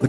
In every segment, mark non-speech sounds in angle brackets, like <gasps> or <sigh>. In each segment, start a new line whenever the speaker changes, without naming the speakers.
The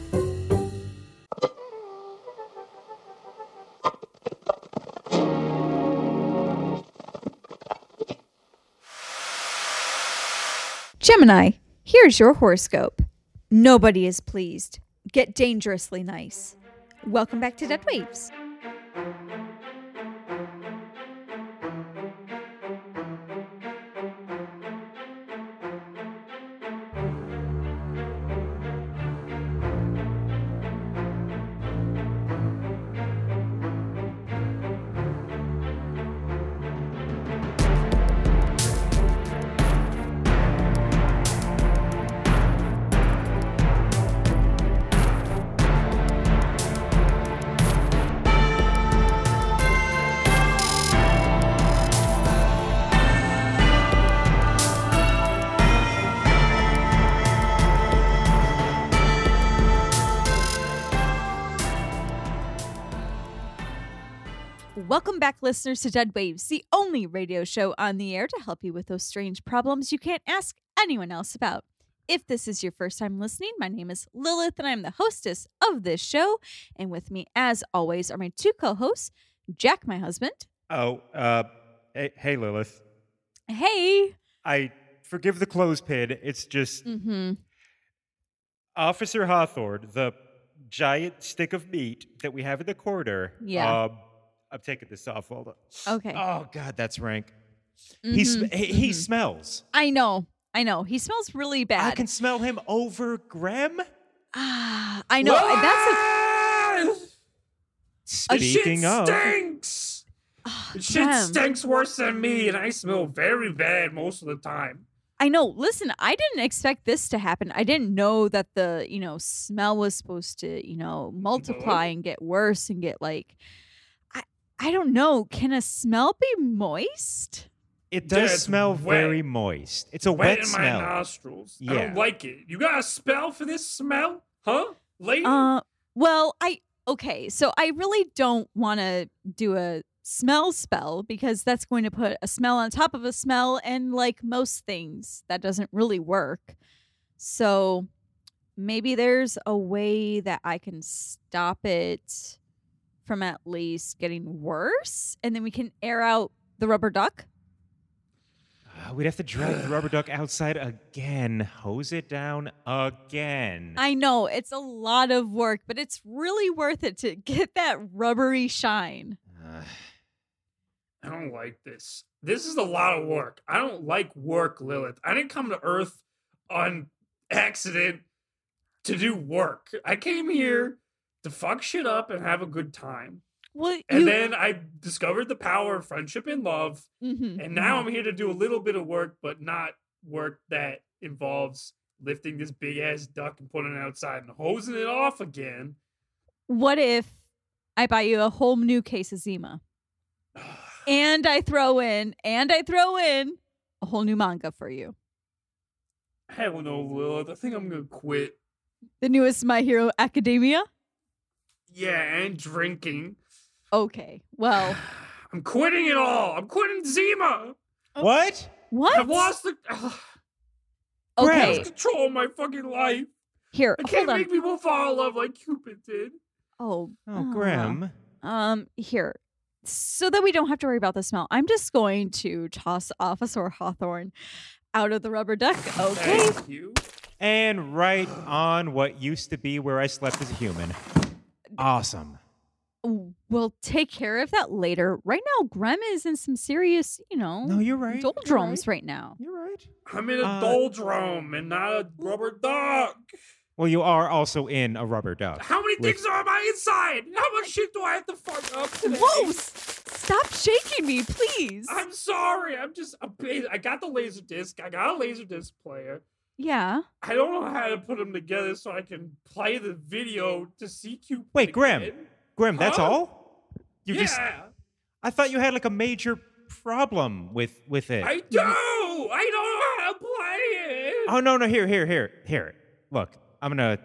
Gemini, here's your horoscope. Nobody is pleased. Get dangerously nice. Welcome back to Dead Waves. Welcome back, listeners, to Dead Waves, the only radio show on the air to help you with those strange problems you can't ask anyone else about. If this is your first time listening, my name is Lilith and I'm the hostess of this show. And with me, as always, are my two co hosts, Jack, my husband.
Oh, uh, hey, hey, Lilith.
Hey.
I forgive the clothespin. It's just
Mm-hmm.
Officer Hawthorne, the giant stick of meat that we have in the corridor.
Yeah.
Um, I'm taking this off. Hold on.
Okay. Mm-hmm.
Oh, God, that's rank. He, sm- he, he smells.
I know. I know. He smells really bad.
I can smell him over Graham.
Ah, I know. That's a.
Speaking of.
stinks. Shit
Ah, Clem.
stinks worse than me, and I smell very bad most of the time.
I know. Listen, I didn't expect this to happen. I didn't know that the, you know, smell was supposed to, you know, multiply and get worse and get like I I don't know, can a smell be moist?
It does
That's
smell
wet.
very moist. It's a wet,
Wet in
smell.
my nostrils. I
Yeah.
don't like it. You got a spell for this smell, huh, lady?
Uh well, I okay, so I really don't want to do a smell spell because that's going to put a smell on top of a smell and like most things that doesn't really work. So maybe there's a way that I can stop it from at least getting worse and then we can air out the rubber duck.
Uh, we'd have to drag the rubber duck outside again, hose it down again.
I know it's a lot of work, but it's really worth it to <laughs> get that rubbery shine.
Uh,
I don't like this. This is a lot of work. I don't like work, Lilith. I didn't come to Earth on accident to do work. I came here to fuck shit up and have a good time.
Well,
And then I discovered the power of friendship and love.
Mm-hmm,
And now I'm here to do a little bit of work, but not work that involves lifting this big ass duck and putting it outside and hosing it off again.
what if I buy you a whole new case of
<sighs>
Zima? And I throw in, and I throw in a whole new manga for you.
I don't know, Lilith. I think I'm gonna quit.
The newest My Hero Academia?
Yeah, and drinking.
Okay.
<sighs>
Well,
I'm quitting it all. I'm quitting Zima.
what?
what?
I've lost the <sighs> ugh, I
okay.
lost control of my fucking life.
Here,
I can't
hold on.
make people fall in love like Cupid did.
Oh,
Oh,
uh,
Graham.
Um, here. So that we don't have to worry about the smell, I'm just going to toss Officer Hawthorne out of the rubber
<laughs>
duck. Okay.
Thank you.
And right on what used to be where I slept as a human. Awesome.
We'll take care of that later. Right now, Grem is in some serious, you know,
No, you're right.
doldrums right now.
You're right. marriage?
I'm in a
Uh,
doldrum and not a rubber duck.
Well, you are also in a rubber duck.
How many
With-
things are on my inside? How much shit do I have to fuck up today?
Whoa! s- Stop shaking me, please.
I'm sorry. I'm just a bit- I got the laser disc. I got a laser disc player.
yeah.
I don't know how to put them together so I can play the video to CQ.
Wait, Grim.
again.
Grim, that's
Huh?
all? You
yeah,
just I thought you had like a major problem with with it.
I do. I don't know how to play it.
Oh no, no, here, here, here, here. Look, I'm gonna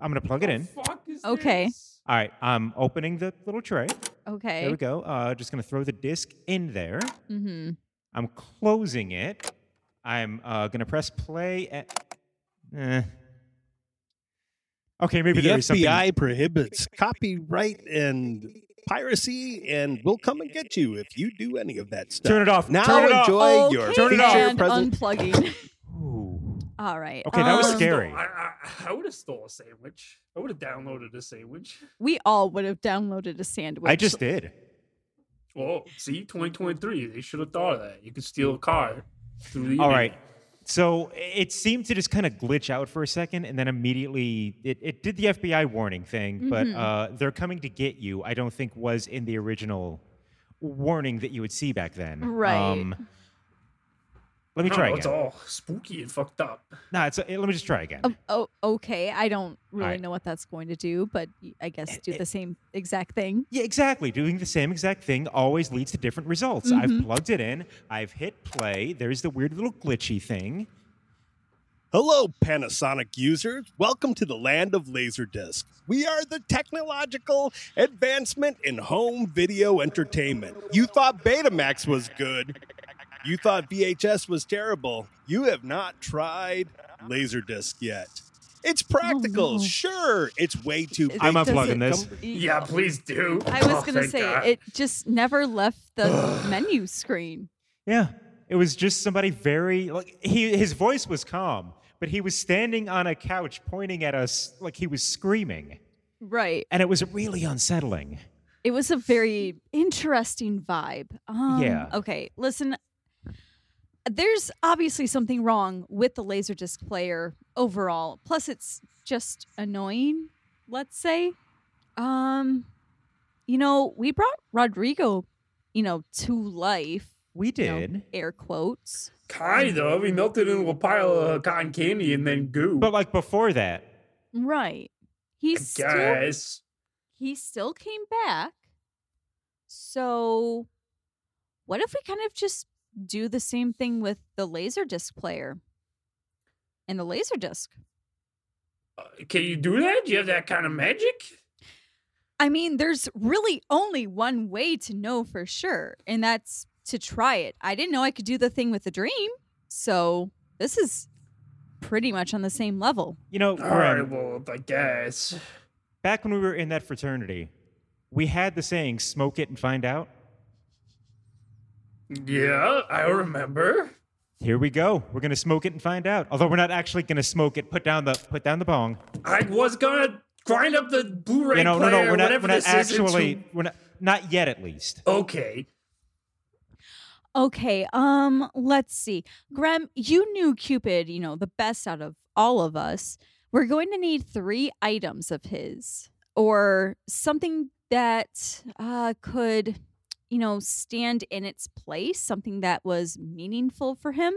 I'm gonna plug it in.
The fuck is
Okay.
this?
All right, I'm opening the little tray. There
Okay.
we go. Uh, just gonna throw the disc in there.
Mm-hmm.
I'm closing it. I'm uh, gonna press play. At, eh. Okay, maybe
the
there is something.
FBI prohibits copyright and piracy, and we'll come and get you if you do any of that stuff.
Turn it off.
now
Turn it off.
enjoy
okay,
your
Turn it off.
And
future present.
unplugging.
Ooh.
<laughs> All right.
Okay, that was
um,
scary.
I, I, I would have stole a sandwich. I would have downloaded a sandwich.
We all would have downloaded a sandwich.
I just did.
Well, see, 2023. They should have thought of that. You could steal a car through the.
All
email.
right. So it seemed to just kind of glitch out for a second, and then immediately it, it did the FBI warning thing, but
Mm-hmm.
Mhm.
uh, they're coming to get you. I don't think was in the original warning that you would see back then. Um,
Right.
let me
I don't
try
know, Oh, It's
again.
all spooky and fucked up.
No, it's, eh, let me just try again.
Oh, oh, okay. I don't really
right.
know what that's going to do, but y- I guess do the same exact thing.
Yeah, exactly. Doing the same exact thing always leads to different results. I've plugged it in. I've hit play. There's the weird little glitchy thing.
Hello, Panasonic users. Welcome to the land of Laserdisc. We are the technological advancement in home video entertainment. You thought Betamax was good. You thought VHS was terrible. You have not tried Laserdisc yet. It's practical,
no.
sure. It's way too big.
I'm
to
unplugging
fit
this.
com-
Yeah, please do.
I was
Oh,
going to
thank
say,
God.
it just never left the
<sighs>
menu screen.
Yeah. It was just somebody very like he his voice was calm, but he was standing on a couch pointing at us like he was screaming.
Right.
And it was really unsettling.
It was a very interesting vibe. Um,
Yeah.
Okay. Listen, there's obviously something wrong with the Laserdisc player overall. Plus, it's just annoying, let's say. Um, you know, we brought Rodrigo, you know, to life,
We
you know,
did.
air quotes.
Kind of. He melted into a pile of cotton candy and then goo.
But like before that,
Right. He still
guys,
he still came back. So, what if we kind of just do the same thing with the Laserdisc player and the Laserdisc?
Uh, can you do that? Do you have that kind of magic?
I mean, there's really only one way to know for sure, and that's to try it. I didn't know I could do the thing with the dream. So, this is pretty much on the same level.
you know,
All right,
Grim,
well, I guess.
back when we were in that fraternity, we had the saying smoke it and find out.
Yeah, I remember.
Here we go. We're gonna smoke it and find out. Although we're not actually gonna smoke it. Put down the put down the bong.
I was gonna grind up the Blu-ray
You know, no,
player,
no, we're not,
whatever
we're not
this is, into-
actually we're not not yet at least.
Okay,
Okay, um, let's see. Graham, you knew Cupid, you know, the best out of all of us. We're going to need three items of his or something that uh, could, you know, stand in its place, something that was meaningful for him.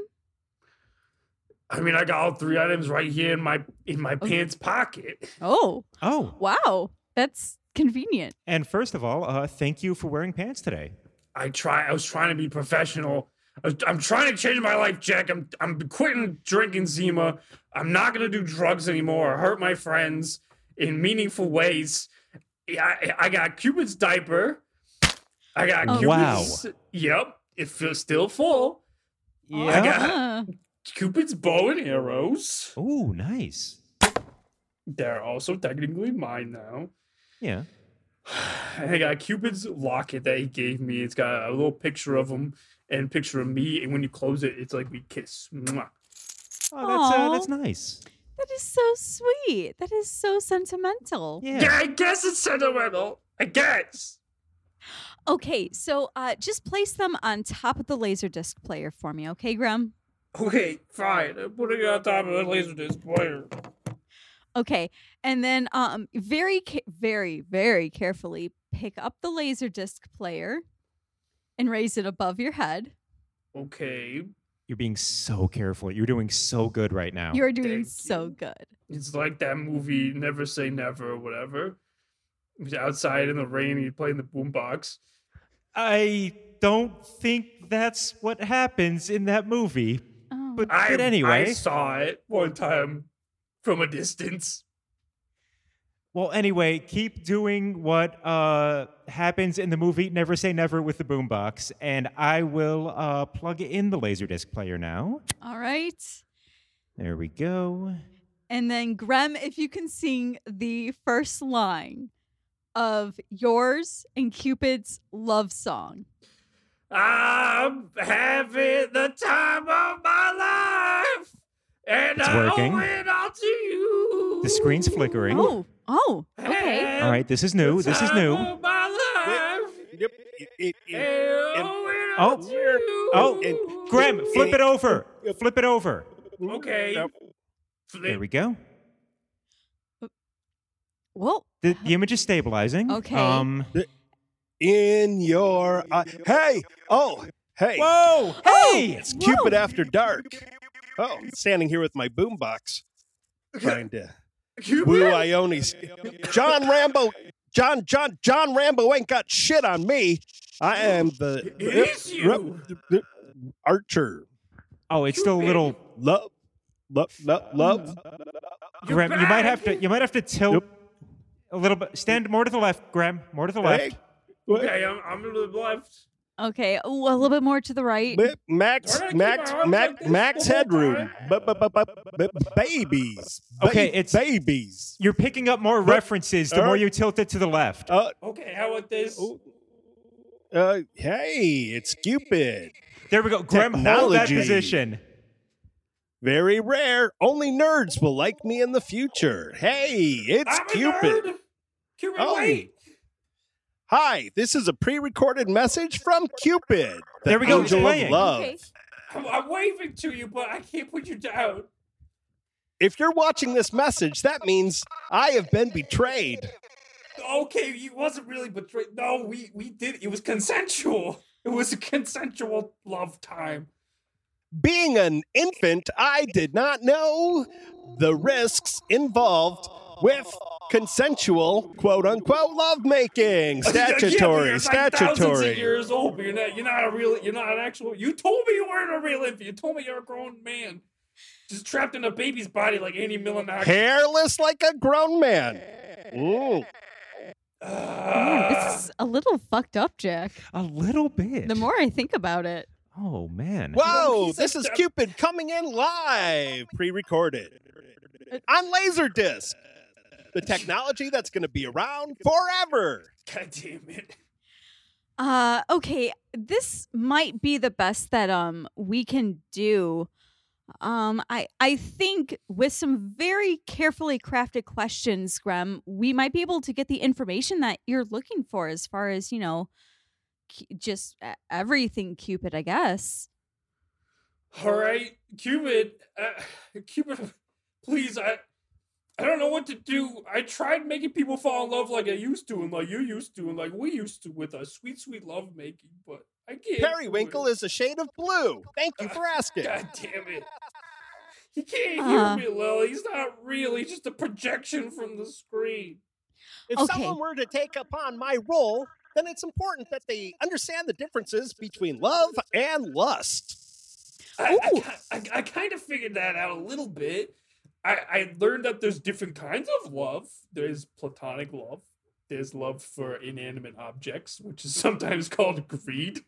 I mean, I got all three items right here in my in my pants pocket.
Oh,
Oh.
wow. That's convenient.
And first of all, uh, thank you for wearing pants today.
I try. I was trying to be professional. I was, I'm trying to change my life, Jack. I'm I'm quitting drinking Zima. I'm not gonna do drugs anymore. Or hurt my friends in meaningful ways. Yeah, I, I got Cupid's diaper. I got
Oh.
Wow.
Cupid's. Yep, it feels still full. I got-
Uh,
Cupid's bow and arrows.
Ooh, nice.
They're also technically mine now.
Yeah.
And I got Cupid's locket that he gave me. It's got a little picture of him and a picture of me. And when you close it, it's like we kiss. Mwah.
Oh, that's uh,
Aw.
that's nice.
that is so sweet. That is so sentimental.
Yeah.
Yeah. I guess it's sentimental. I guess.
Okay, so uh, just place them on top of the Laserdisc player for me, okay, Graham?
Okay, fine. I'm putting it on top of a laser disc player.
Okay. And then um very ca- very very carefully pick up the laser disc player and raise it above your head.
Okay.
You're being so careful. You're doing so good right now.
You're doing
Thank
so
you.
good.
It's like that movie Never Say Never or whatever. He's outside in the rain, he's playing the boombox.
I don't think that's what happens in that movie.
Oh.
But,
I,
but
I
anyway,
saw it one time from a distance.
well, anyway, keep doing what uh, happens in the movie Never Say Never with the boombox, and I will uh, plug in the laserdisc player now.
All right.
There we go.
And then Grem, if you can sing the first line of yours and Cupid's love song.
I'm having the time of my life, and
It's
I
working.
owe it all to you.
The screen's flickering.
Oh, oh, okay.
All right, this is new. This is new.
Time of my life,
Yep. It, it,
and
it-
I
and-
owe
Oh.
it all to you.
Oh,
and
Graham, flip it over. Flip it over.
Okay.
Nope.
There
Flip. <laughs>
we go.
Well,
The, the image is stabilizing.
Okay.
Um,
In your eye. Hey. Oh. Hey.
whoa!
Oh!
Hey!
It's
Whoa.
Cupid After Dark. Oh, standing here with my boombox, trying
<laughs>
to woo
Cupid,
Ione's. John Rambo, John, John, John Rambo ain't got shit on me. I am the
it is you.
archer.
Oh, it's still a little.
Love, love, love, love.
You're
Graham, you might have to.
back.
You might have to tilt a little bit. Stand more to the left, Graham. More to the left.
Hey,
Okay, I'm, I'm to the left.
okay. Oh, a little bit more to the right.
Wait, Max,
Why do I keep
Max,
my arms like
Max,
this
Max
the whole
headroom.
time?
Bu- bu- bu- bu- bu- Babies. Ba-
Okay, it's-
babies.
You're picking up more references the
Uh,
more you tilt it to the left.
Uh,
Okay, how about this?
oh, uh, hey, it's Cupid.
There we go. Graham, hold that
technology.
position.
Very rare. Only nerds will like me in the future. Hey, it's
I'm a
Cupid.
nerd. Cupid,
Oh.
wait.
Hi, this is a pre-recorded message from Cupid. the
There we go, it's
Angel of
playing.
love.
Okay.
I'm, I'm waving to you, but I can't put you down.
If you're watching this message, that means I have been betrayed.
Okay, you wasn't really betrayed. No, we we did. It was consensual. It was a consensual love time.
Being an infant, I did not know the risks involved with consensual quote unquote lovemaking. Statutory,
you're Thousands of
statutory.
years old, but you're not. You're not a real. You're not an actual. You told me you weren't a real infant. You told me you're a grown man, just trapped in a baby's body like Andy Ah, Milonakis.
Hairless like a grown man. Mm.
Man,
Ah.
this is a little fucked up, Jack.
A little bit.
The more I think about it.
Oh man.
<laughs>
Well,
Whoa,
he's
this
a
is
dumb-
Cupid coming in live, pre recorded on Laserdisc, the technology that's going to be around forever.
God damn it.
Uh okay, this might be the best that um we can do. Um I I think with some very carefully crafted questions, Grem, we might be able to get the information that you're looking for as far as, you know, cu- just e- everything Cupid, I guess.
All right, Cupid, uh, Cupid, please, I, I don't know what to do. I tried making people fall in love like I used to, and like you used to, and like we used to with our sweet, sweet love making, but I can't.
Periwinkle
do it.
is a shade of blue. Thank you for asking. <laughs>
<laughs> God damn it! He can't
Uh.
hear me, Lily. He's not real. He's just a projection from the screen.
If
Okay.
someone were to take upon my role, then it's important that they understand the differences between love and lust.
I, I
Ooh.
ki- I, I kind of figured that out a little bit. I, I learned that there's different kinds of love. There's platonic love. There's love for inanimate objects, which is <laughs> sometimes called greed.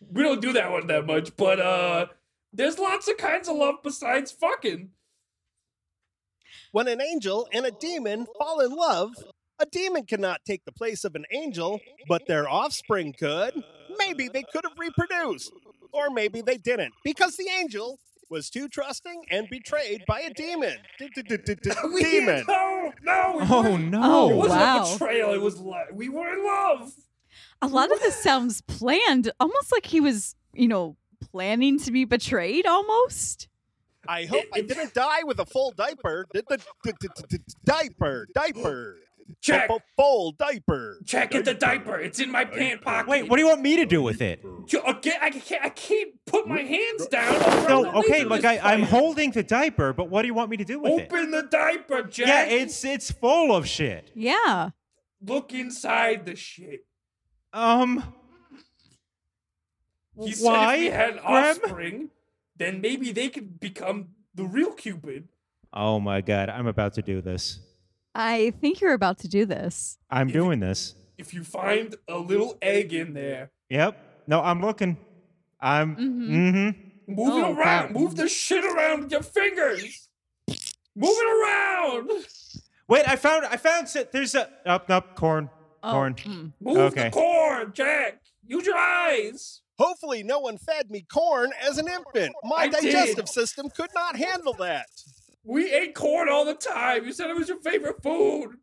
We don't do that one that much, but uh, there's lots of kinds of love besides fucking.
When an angel and a demon fall in love, a demon cannot take the place of an angel, but their offspring could. Maybe they could have reproduced, or maybe they didn't, because the angel was too trusting and betrayed by a demon. D- d- d- d- d-
<laughs> We-
Demon.
No,
<laughs>
no. we
Oh
weren't-
no.
Oh,
It wasn't
wow.
a betrayal. It was like we were in love.
A lot of this sounds planned, almost like he was, you know, planning to be betrayed almost?
I hope I didn't die with a full diaper. Did the d- d- d- d- diaper diaper
Check,
F- full diaper?
check at the diaper. It's in my pant pocket.
Wait, what do you want me to do with it?
You- okay, I can't, I can't put my hands down. in front
No,
of the
okay,
laser
look, I, I'm
disc
holding the diaper, but what do you want me to do with
player.
it?
Open the diaper, Jack.
Yeah, it's it's full of shit.
Yeah.
look inside the shit.
Um,
He
Why,
said if we had
Graham?
offspring, then maybe they could become the real Cupid.
oh my god, I'm about to do this.
I think you're about to do this.
I'm doing this.
If you find a little egg in there,
Yep. No, I'm looking. I'm. Mm-hmm.
move
Oh,
it around.
God.
Move the shit around with your fingers. Move it around.
Wait, I found. I found. s- There's a. Up, oh, nope. Corn.
Oh,
Corn.
mm.
Move
Okay.
the corn, Jack. Use your eyes.
Hopefully, no one fed me corn as an infant. My
I did.
digestive system could not handle that.
We ate corn all the time. You said it was your favorite food.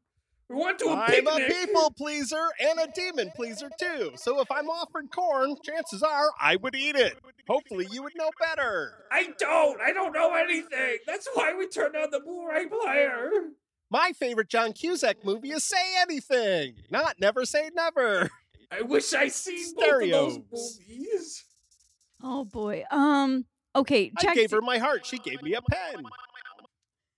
We went to a
I'm a
picnic.
people pleaser and a demon pleaser too. So if I'm offered corn, chances are I would eat it. Hopefully, you would know better.
I don't. I don't know anything. That's why we turned on the Blu-ray player.
My favorite John Cusack movie is Say Anything, not Never Say Never.
I wish I seen both of
Stereos.
those movies.
Oh boy. Um. Okay,
I
Jack.
gave her my heart. She gave me a pen.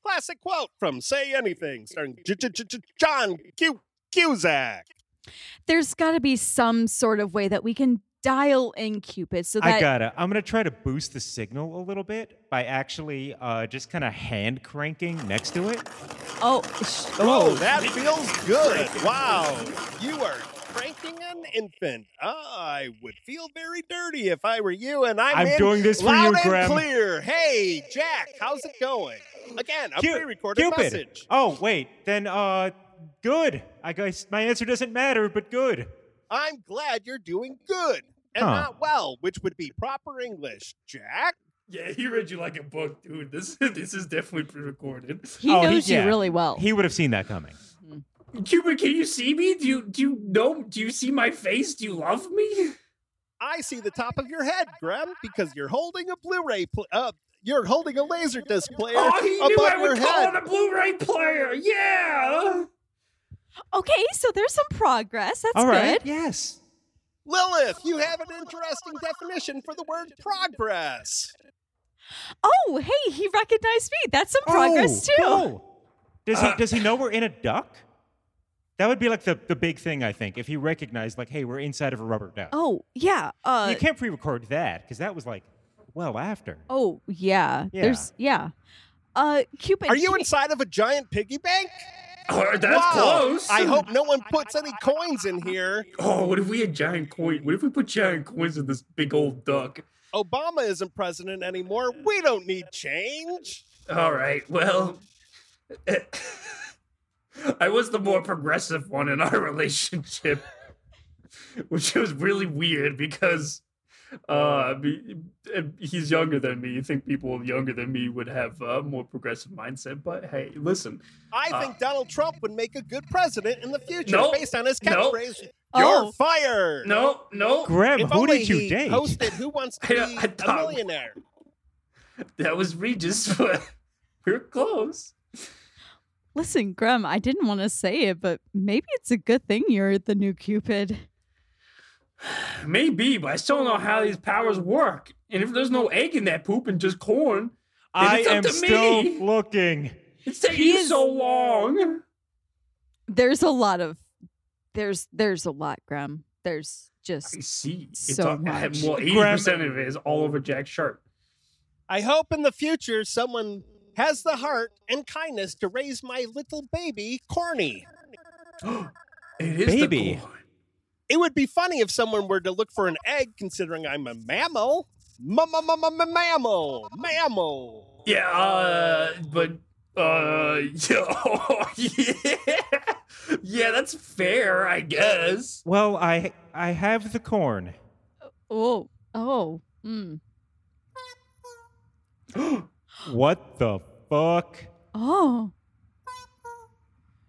Classic quote from Say Anything, starring J- J- J- J- John Q- Cusack.
There's got to be some sort of way that we can dial in Cupid so that
I gotta. I'm gonna try to boost the signal a little bit by actually uh, just kind of hand cranking next to it.
oh sh-
Oh, that feels good. Wow. You are cranking an infant. I would feel very dirty if I were you, and I'm,
I'm
in
doing this for
loud
you,
and
Graham.
clear. Hey, Jack, how's it going? Again, a
Cu-
pre-recorded
Cupid.
message.
Oh wait, then uh, good. I guess my answer doesn't matter, but good.
I'm glad you're doing good and
Huh.
not well, which would be proper English. Jack,
Yeah, he read you like a book, dude. This this is definitely pre-recorded.
he
Oh, he-
knows
yeah.
you really well.
He would have seen that coming.
Cupid, can you see me? Do you do you know? Do you see my face? Do you love me?
I see the top of your head, Graham, because you're holding a Blu-ray. Pl- uh, you're holding a laser disc player
Oh, he knew
above
I
your
would call
head.
it a Blu-ray player. Yeah.
okay, so there's some progress. That's
All right.
good.
Yes.
Lilith, you have an interesting definition for the word progress.
Oh, hey, he recognized me. That's some progress
Oh,
too.
cool. Does he
Uh,
does he know we're in a duck? That would be like the, the big thing I think if he recognized like hey we're inside of a rubber duck.
Oh, yeah. Uh,
you can't pre-record that because that was like well after.
Oh, yeah.
Yeah.
There's yeah. Uh, Cupid.
Are you
can-
inside of a giant piggy bank?
Oh, that's
wow.
close.
I hope no one puts any coins in here.
Oh, what if we had giant coin? What if we put giant coins in this big old duck?
Obama isn't president anymore. We don't need change.
All right. Well, <laughs> I was the more progressive one in our <laughs> relationship, which was really weird because uh, be- he's younger than me. You think people younger than me would have a more progressive mindset, but hey, listen.
I think Donald Trump would make a good president in the future
Nope.
based on his
Nope.
catchphrase,
Oh.
You're fired.
No, no,
Graham,
If
who
only
did you
he
date?
Hosted Who Wants <laughs> to
I- I
Be a
don't-
Millionaire?
that was Regis, <laughs> but we we're close.
Listen, Grum. I didn't want to say it, but maybe it's a good thing you're the new Cupid.
Maybe, but I still don't know how these powers work. And if there's no egg in that poop and just corn,
I
it's up
am
to
still
me.
looking.
it's taking
He
you
is-
so long.
There's a lot of there's there's a lot, Grum. There's
I
just
see. It's
So
all, I have-
much.
<laughs> Well, eighty percent of it is all over Jack's shirt.
I hope in the future someone has the heart and kindness to raise my little baby, Corny.
it is
Baby.
The corn.
It would be funny if someone were to look for an egg, considering I'm a mammal. Mamma, mamma, mammal, mammal.
yeah, uh, but uh, <laughs> yeah, yeah, yeah, that's fair, I guess.
Well, I I have the corn.
oh oh. Mm.
What the fuck?
Oh,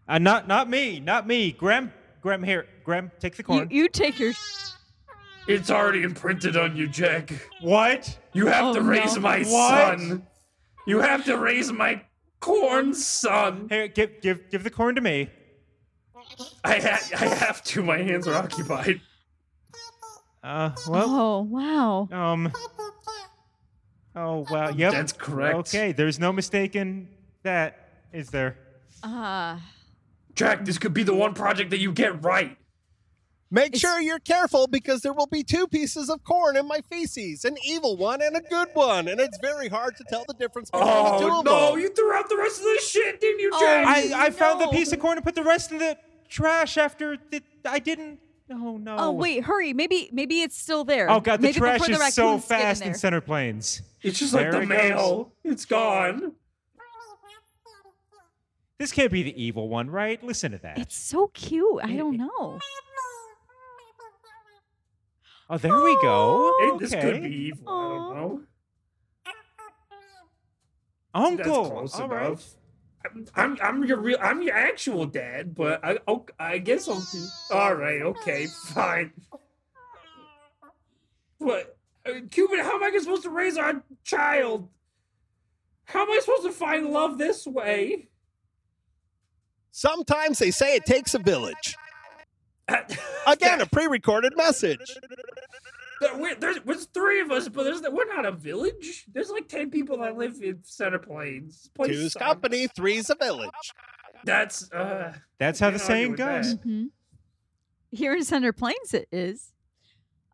Uh, not not me, not me. Graham, Graham here. Graham, take the
you,
corn.
you take your
It's already imprinted on you, Jack.
What?
You have to
Oh,
raise
no.
my
What?
son. You have to raise my corn son.
Here, give give give the corn to me.
I ha- I have to. My hands are occupied.
Uh, well,
oh wow.
um. Oh wow. Yep.
That's correct.
Okay. There's no mistaking that, is there?
Uh,
Jack, this could be the one project that you get right.
Make
It's-
sure you're careful because there will be two pieces of corn in my feces an evil one and a good one. And it's very hard to tell the difference between the two
Oh
of
no!
them.
You threw out the rest of the shit, didn't you,
Oh,
Jack?
I I found the
No.
piece of corn and put the rest in the trash after the, I didn't. Oh no.
oh wait, hurry. Maybe maybe it's still there.
Oh god, the
Maybe
trash
before the
is so
raccoons get in
fast in
there.
Center Plains.
It's just like
There
the
it
mail. It's gone.
This can't be the evil one, right? Listen to that.
It's so cute. I don't know.
oh, there we go.
Hey, This
Okay.
could be evil. I
Aw.
don't know. That's
Uncle.
close
All right.
enough. I'm, I'm I'm your real I'm your actual dad, but I oh, I guess I'll do. All right, okay, fine. What, uh, Cuban? How am I supposed to raise our child? How am I supposed to find love this way? <laughs>
Sometimes they say it takes a village. Again, a pre recorded message.
There- We're, there's, there's three of us, but there's we're not a village. There's like ten people that live in Center Plains. This place
Two's
sucks.
company, three's a village.
That's uh.
That's how the
Can't
saying
argue with
goes.
that.
hmm Here in Center Plains, it is.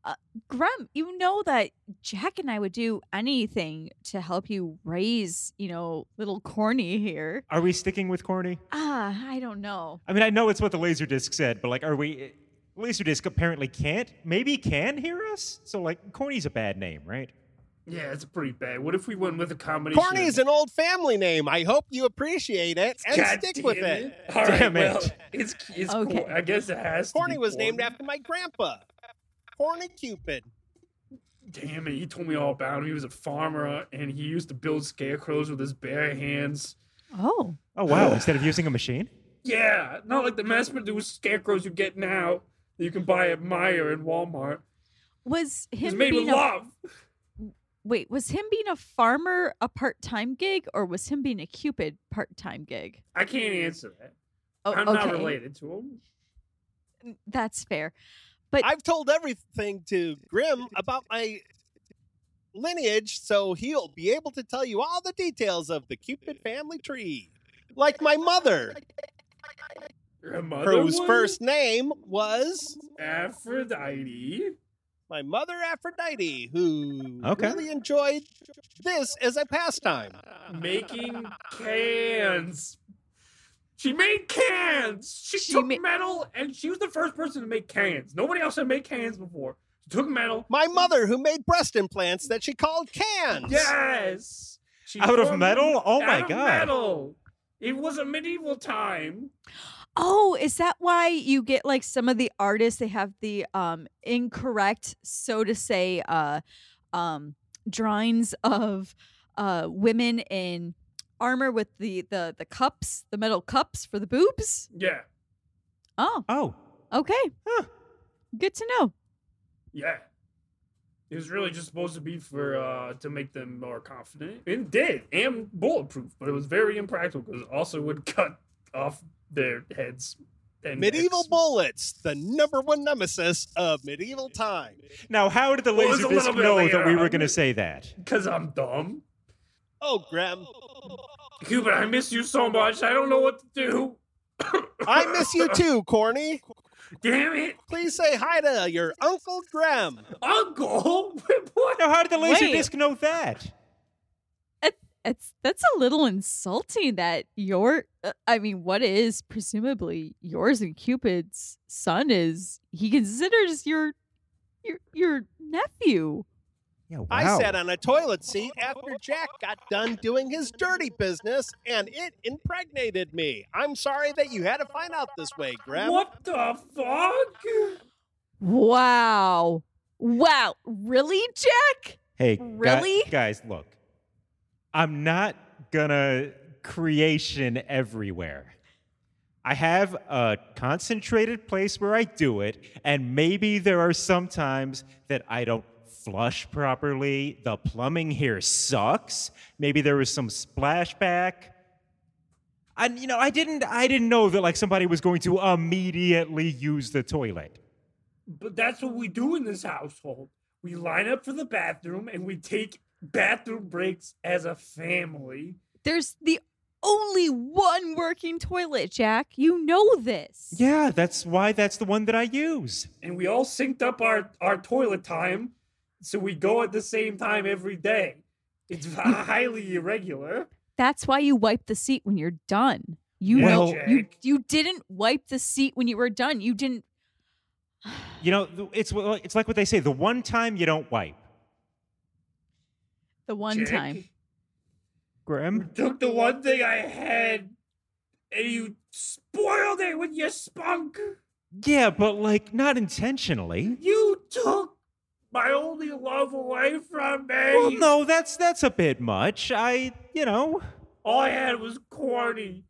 Uh, Grump, you know that Jack and I would do anything to help you raise, you know, little Corny here.
Are we sticking with corny?
Ah, I don't know.
I mean, I know it's what the laserdisc said, but like, are we? Laserdisc apparently can't, maybe can hear us. So like, corny's a bad name, right?
Yeah, it's pretty bad. What if we went with a combination?
Corny is an old family name. I hope you appreciate it and stick with it.
<laughs> All right,
Damn it.
well, it's it's
Okay.
cool. I guess it has. to
Corny
be
was named
corny.
after my grandpa. Corny Cupid.
Damn it! He told me all about him. He was a farmer and he used to build scarecrows with his bare hands.
Oh,
Oh wow!
<laughs>
Instead of using a machine,
Yeah, not like the mass-produced scarecrows you get now that you can buy at Meyer and Walmart.
was
It was
him
made with
being a,
love.
wait? Was him being a farmer a part-time gig, or was him being a Cupid part-time gig?
I can't answer that.
Oh,
I'm
okay,
not related to him.
N- That's fair. But-
I've told everything to Grim about my lineage, so he'll be able to tell you all the details of the Cupid family tree. Like my mother,
Your mother
whose
was
first name was
Aphrodite.
my mother Aphrodite, who
Okay.
really enjoyed this as a pastime.
making cans. She made cans. She,
She
took
ma-
metal and she was the first person to make cans. Nobody else had made cans before. She took metal.
My mother, who made breast implants that she called cans.
Yes. She
out of
formed-
metal. Oh
out
my
of
god!
Metal. It was a medieval time.
Oh, is that why you get like some of the artists they have the um incorrect so to say uh um drawings of uh women in armor with the the the cups, the metal cups for the boobs?
Yeah.
Oh,
Oh,
okay.
Huh.
Good to know.
Yeah. It was really just supposed to be for uh to make them more confident. It did and bulletproof, but it was very impractical because it also would <laughs> cut off their heads. And
Medieval
necks.
bullets, the number one nemesis of medieval time.
now how did the
Well, it's a
laserdisc
little bit
know
later
that we were
on.
going to say that?
Because I'm dumb.
Oh, Grim,
Cuban, I miss you so much. I don't know what to do.
I miss you too, Corny.
Damn it.
Please say hi to your Uncle Graham.
Uncle? <laughs> What?
Now how did the
Wait.
laserdisc know that?
It's that's a little insulting that your uh, I mean, what is presumably yours and Cupid's son is he considers your your your nephew.
Yeah, wow.
I sat on a toilet seat after Jack got done doing his dirty business, and it impregnated me. I'm sorry that you had to find out this way, Graham.
What the fuck?
Wow. Wow. Really, Jack?
Hey, gu-
Really?
guys, look. I'm not gonna creation everywhere. I have a concentrated place where I do it, and maybe there are some times that I don't flush properly. The plumbing here sucks. Maybe there was some splashback. And you know, I didn't I didn't know that like somebody was going to immediately use the toilet.
But that's what we do in this household. We line up for the bathroom and we take bathroom breaks as a family.
There's the only one working toilet, Jack. You know this.
Yeah, that's why that's the one that I use.
And we all synced up our, our toilet time. So we go at the same time every day. It's <laughs> highly irregular.
That's why you wipe the seat when you're done. You
Yeah,
know
Jack.
you you didn't wipe the seat when you were done. You didn't
You know, th- it's wha- it's like what they say, the one time you don't wipe.
the one
Jack,
time.
You
Grim?
took the one thing I had and you spoiled it with your spunk.
Yeah, but like not intentionally.
You took my only love away from me.
Well, no, that's that's a bit much. I, you know,
All I had was corny.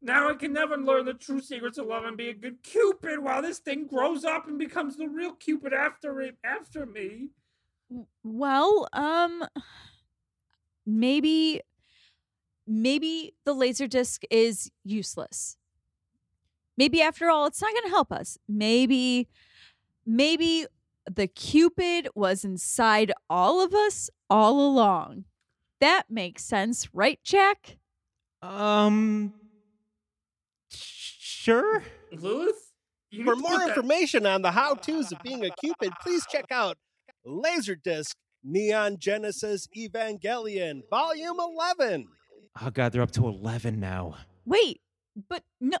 Now I can never learn the true secrets of love and be a good cupid while this thing grows up and becomes the real cupid after it after me.
W- Well, um maybe maybe the laser disc is useless. Maybe after all it's not going to help us. Maybe maybe the cupid was inside all of us all along. That makes sense, right, Jack?
um sure.
Lilith? You
For
need to
more
put that-
information on the how to's of being a Cupid, please check out Laserdisc Neon Genesis Evangelion, Volume 11.
Oh god, they're up to 11 now.
Wait, but no,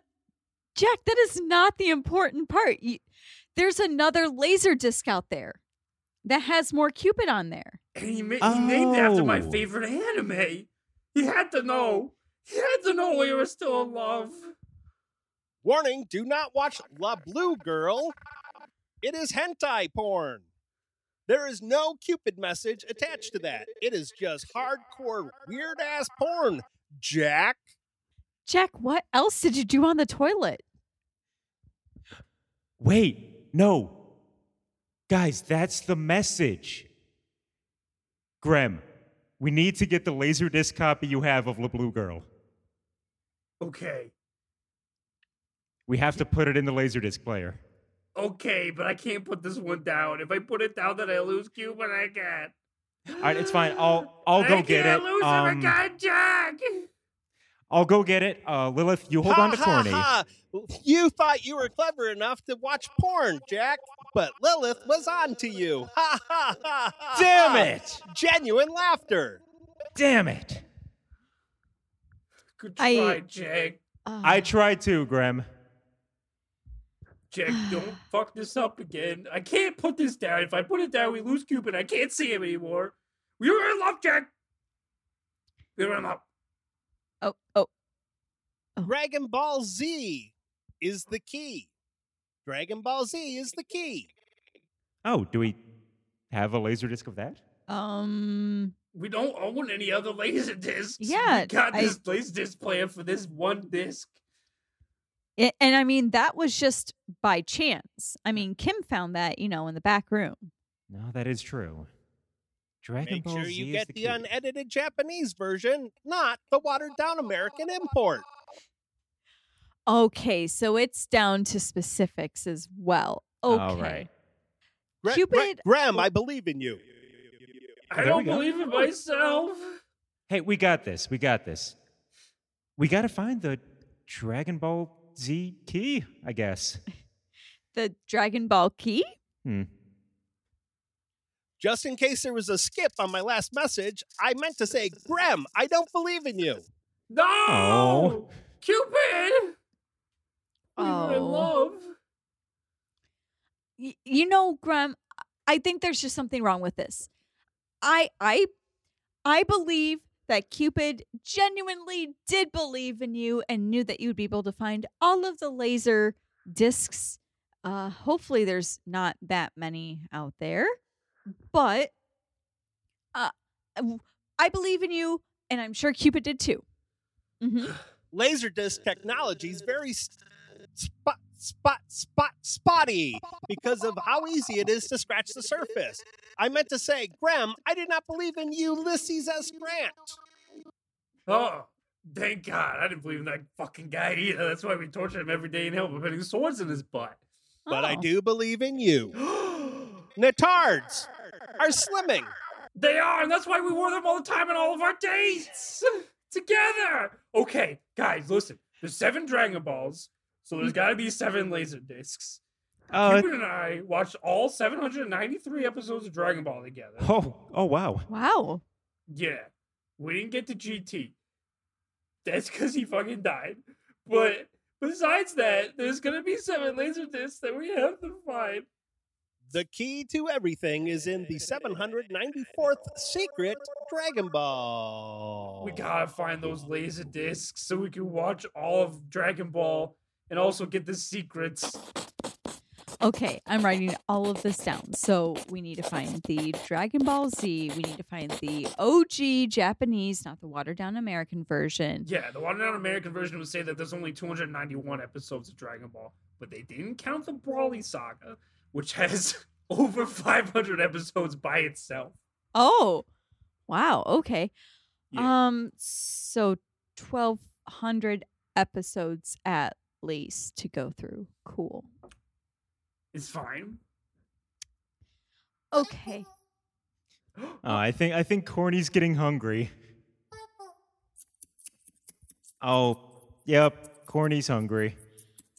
Jack, that is not the important part. You, there's another laser disc out there that has more Cupid on there.
And he, ma- he named it after my
Oh.
favorite anime. He had to
Oh.
know. He had to know we were still in love.
Warning do not watch La Blue Girl. It is hentai porn. There is no Cupid message attached to that. It is just hardcore, weird ass porn, Jack.
Jack, what else did you do on the toilet?
Wait, no. Guys, that's the message. Grem, we need to get the Laserdisc copy you have of La Blue Girl.
Okay.
We have to put it in the Laserdisc player.
Okay, but I can't put this one down. If I put it down, then I lose Cupid again.
All right, it's fine. I'll I'll Oh, go
I
get
can't
it.
lose
Um,
him again, Jack.
I'll go get it. Uh, Lilith, you hold
Ha,
on to
ha,
corny.
ha. You thought you were clever enough to watch porn, Jack, but Lilith was on to you. Ha ha ha. ha,
Damn
ha.
it!
Genuine laughter.
Damn it!
Good
I-
try, Jack.
I
Ugh.
tried to, Grem.
Jack, don't fuck this up again. I can't put this down. If I put it down, we lose Cupid. I can't see him anymore. We were in love, Jack. We were in love.
oh, oh,
Dragon Ball Z is the key. Dragon Ball Z is the key.
Oh, do we have a Laserdisc of that?
um,
We don't own any other laser discs.
Yeah,
<laughs> we got
I-
this laser disc player for this one disc.
a- and I mean that was just by chance. I mean, Kim found that you know in the back room.
No, that is true. Dragon
Make
Ball
sure
Z
you
is
get
the,
the
key.
unedited Japanese version, not the watered down American import.
Okay, so it's down to specifics as well. Okay,
All right.
Gre- Gre-
Cupid- Oh.
Graham, I believe in you.
There
I
we
don't
go.
believe in myself.
Hey, we got this. We got this. We got to find the Dragon Ball Z key, I guess.
the Dragon Ball key.
<laughs>
Hmm.
Just in case there was a skip on my last message, I meant to say, Graham, I don't believe in you.
No,
Oh.
Cupid. We were in
Oh.
love.
y- you know Graham, i think there's just something wrong with this i i i believe that cupid genuinely did believe in you and knew that you'd be able to find all of the laser discs uh hopefully there's not that many out there but uh w- i believe in you and i'm sure cupid did too Mhm.
Laserdisc technology is very s- spot, spot, spot, spotty because of how easy it is to scratch the surface. I meant to say, Graham, I did not believe in Ulysses S. Grant.
Oh, thank God. I didn't believe in that fucking guy either. That's why we tortured him every day and held him putting swords in
<gasps>
his butt.
But I
Oh.
do believe in you.
they
Natards are slimming.
are, and that's why we wore them all the time on all of our dates together. Okay, guys, listen. There's seven Dragon Balls,
<laughs>
so there's got to be seven laser discs.
Uh,
Cuban and I watched all 793 episodes of Dragon Ball together.
oh, oh wow.
Wow.
Yeah, we didn't get to GT. That's because he fucking died. But besides that, there's gonna be seven laser discs that we have to find.
The key to everything is in the 794th secret Dragon Ball.
We gotta find those laser discs so we can watch all of Dragon Ball and also get the secrets.
Okay, I'm writing all of this down. So we need to find the Dragon Ball Z. We need to find the OG Japanese, not the watered down American version.
Yeah, the one down American version would say that there's only 291 episodes of Dragon Ball, but they didn't count the Brawly Saga, which has <laughs> over 500 episodes by itself.
Oh, wow. Okay.
Yeah.
Um, so 1,200 episodes at least to go through. Cool.
It's fine.
Okay.
Uh, I think I think Corny's getting hungry. Oh, yep, Corny's hungry.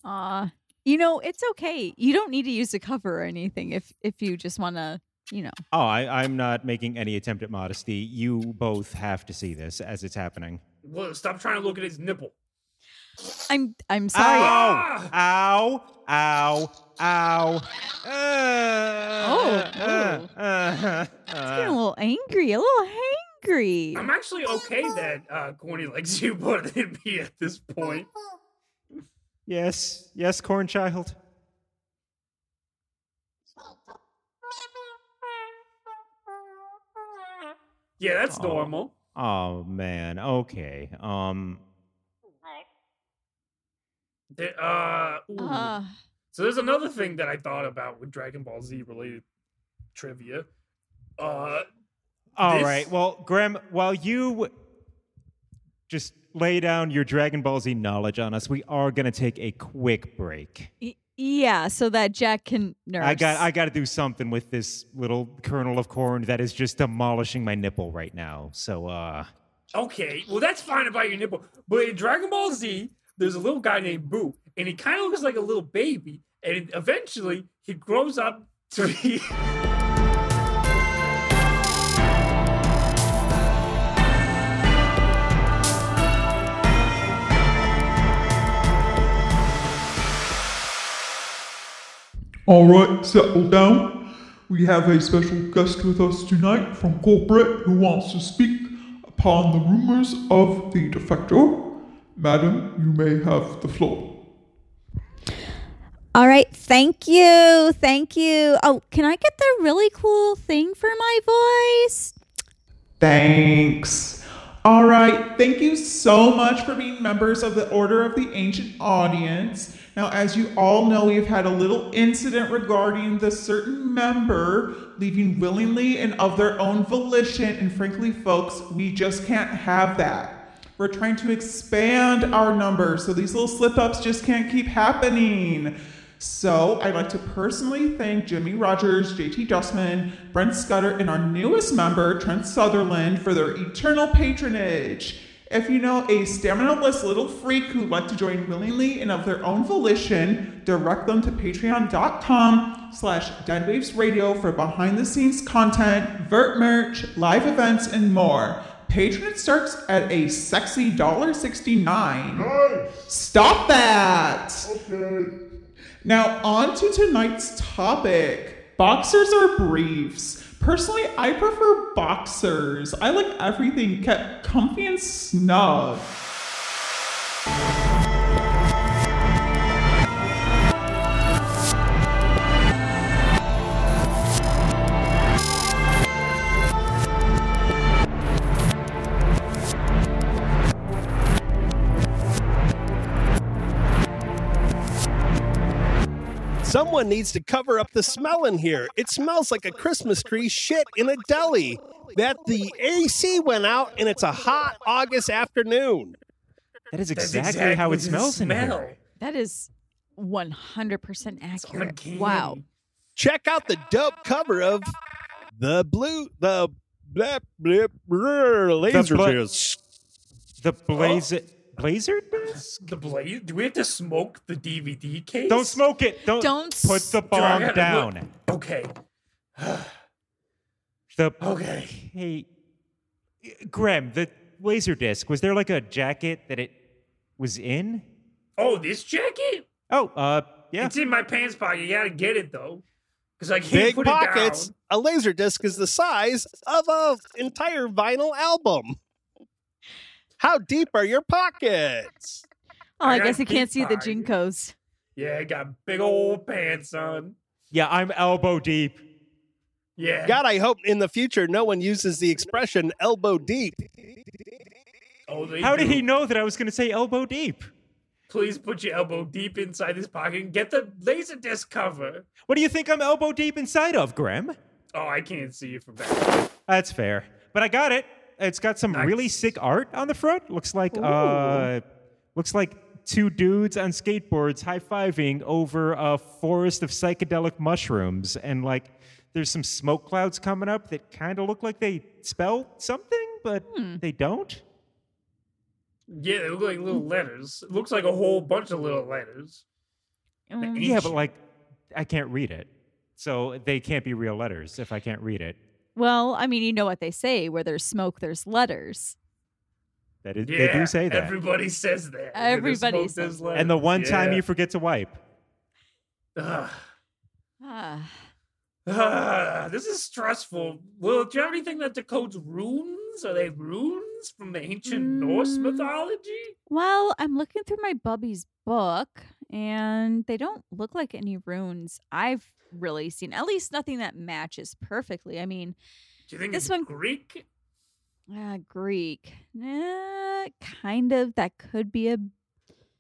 Uh, you know, it's okay. You don't need to use a cover or anything if if you just want to, you know.
Oh, I, I'm not making any attempt at modesty. You both have to see this as it's happening.
Well, stop trying to look at his nipple.
I'm I'm sorry.
Ah!
Ow! Ow! Ow! Uh,
Oh,
uh, uh,
I'm getting a
uh.
little angry, a little hangry.
I'm actually okay that uh, Corny likes you <laughs> more than me at this point.
Yes, yes, Cornchild.
Yeah, that's
Oh.
normal.
Oh man. Okay. Um.
The- uh, ooh.
Uh,
so there's another thing that I thought about with Dragon Ball Z related trivia. Uh,
All right.
This-
Well, Graham, while you just lay down your Dragon Ball Z knowledge on us, we are going to take a quick break.
y- yeah, so that Jack can nurse.
I got I got to do something with this little kernel of corn that is just demolishing my nipple right now. So, uh
okay, well that's fine about your nipple, but in Dragon Ball Z, there's a little guy named Boo, and he kind of looks like a little baby, and eventually he grows up to be. <laughs>
All right, settle down. We have a special guest with us tonight from corporate who wants to speak upon the rumors of the defector. Madam, you may have the floor.
All right. Thank you. Thank you. Oh, can I get the really cool thing for my voice?
Thanks. All right, thank you so much for being members of the Order of the Ancient Audience. Now, as you all know, we've had a little incident regarding the certain member leaving willingly and of their own volition, and frankly, folks, we just can't have that. We're trying to expand our numbers, so these little slip ups just can't keep happening. So I'd like to personally thank Jimmy Rogers, JT Dustman, Brent Scudder, and our newest member, Trent Sutherland, for their eternal patronage. If you know a stamina-less little freak who'd like to join willingly and of their own volition, direct them to patreon.com slash deadwaves radio for behind-the-scenes content, vert merch, live events, and more. Patronage starts at a sexy $1.69. Stop that! Now, on to tonight's topic boxers or briefs. Personally, I prefer boxers. I like everything kept comfy and snug.
Someone needs to cover up the smell in here. It smells like a Christmas tree shit in a deli. That the AC went out and it's a hot August afternoon.
That is
That's
exactly, how
what
it smells in
smell.
here.
That is 100% accurate.
Uncanny.
Wow.
Check out the dope cover of the blue the blip blip brr, laser
blu-
disc.
The blazer, blazer disc?
The blaze. Do we have to smoke the DVD case?
Don't smoke it. Don't,
Don't
put the
s-
Sorry, I
bomb
gotta
down.
look. Okay.
The
Okay.
hey, Graham, the laser disc. Was there like a jacket that it was in?
Oh, this jacket?
Oh, uh, yeah.
It's in my pants pocket. You gotta get it though, because I can't
Big
put
pockets.
it down.
A laser disc is the size of an entire vinyl album. How deep are your pockets?
Oh, I,
I got
guess I can't
deep
see the
pockets.
Jinkos.
Yeah, I got big old pants on.
Yeah, I'm elbow deep.
Yeah.
God, I hope in the future no one uses the expression elbow deep.
oh, they
How did
do.
he know that I was going to say elbow deep?
Please put your elbow deep inside this pocket and get the laser disc cover.
What do you think I'm elbow deep inside of, Graham?
Oh, I can't see it from back.
That's fair. But I got it. It's got some really sick art on the front. Looks like uh looks like two dudes on skateboards high-fiving over a forest of psychedelic mushrooms and like there's some smoke clouds coming up that kind of look like they spell something, but they don't.
Yeah, they look like little letters. It looks like a whole bunch of little letters.
Mm.
Yeah, but like I can't read it. So they can't be real letters if I can't read it.
Well, I mean, you know what they say where there's smoke, there's letters.
That is,
Yeah,
they do say that.
Everybody says that.
Everybody
They smoke
says
those
that.
letters.
and the one time
Yeah.
you forget to wipe.
Ugh.
Ah.
<sighs> Ah, this is stressful. Well, do you have anything that decodes runes? Are they runes from the ancient Norse
Mm.
mythology?
Well, I'm looking through my Bubby's book, and they don't look like any runes I've really seen. At least nothing that matches perfectly. I mean,
Do you think
This
it's
one-
Greek?
uh, Greek, eh, kind of. That could be a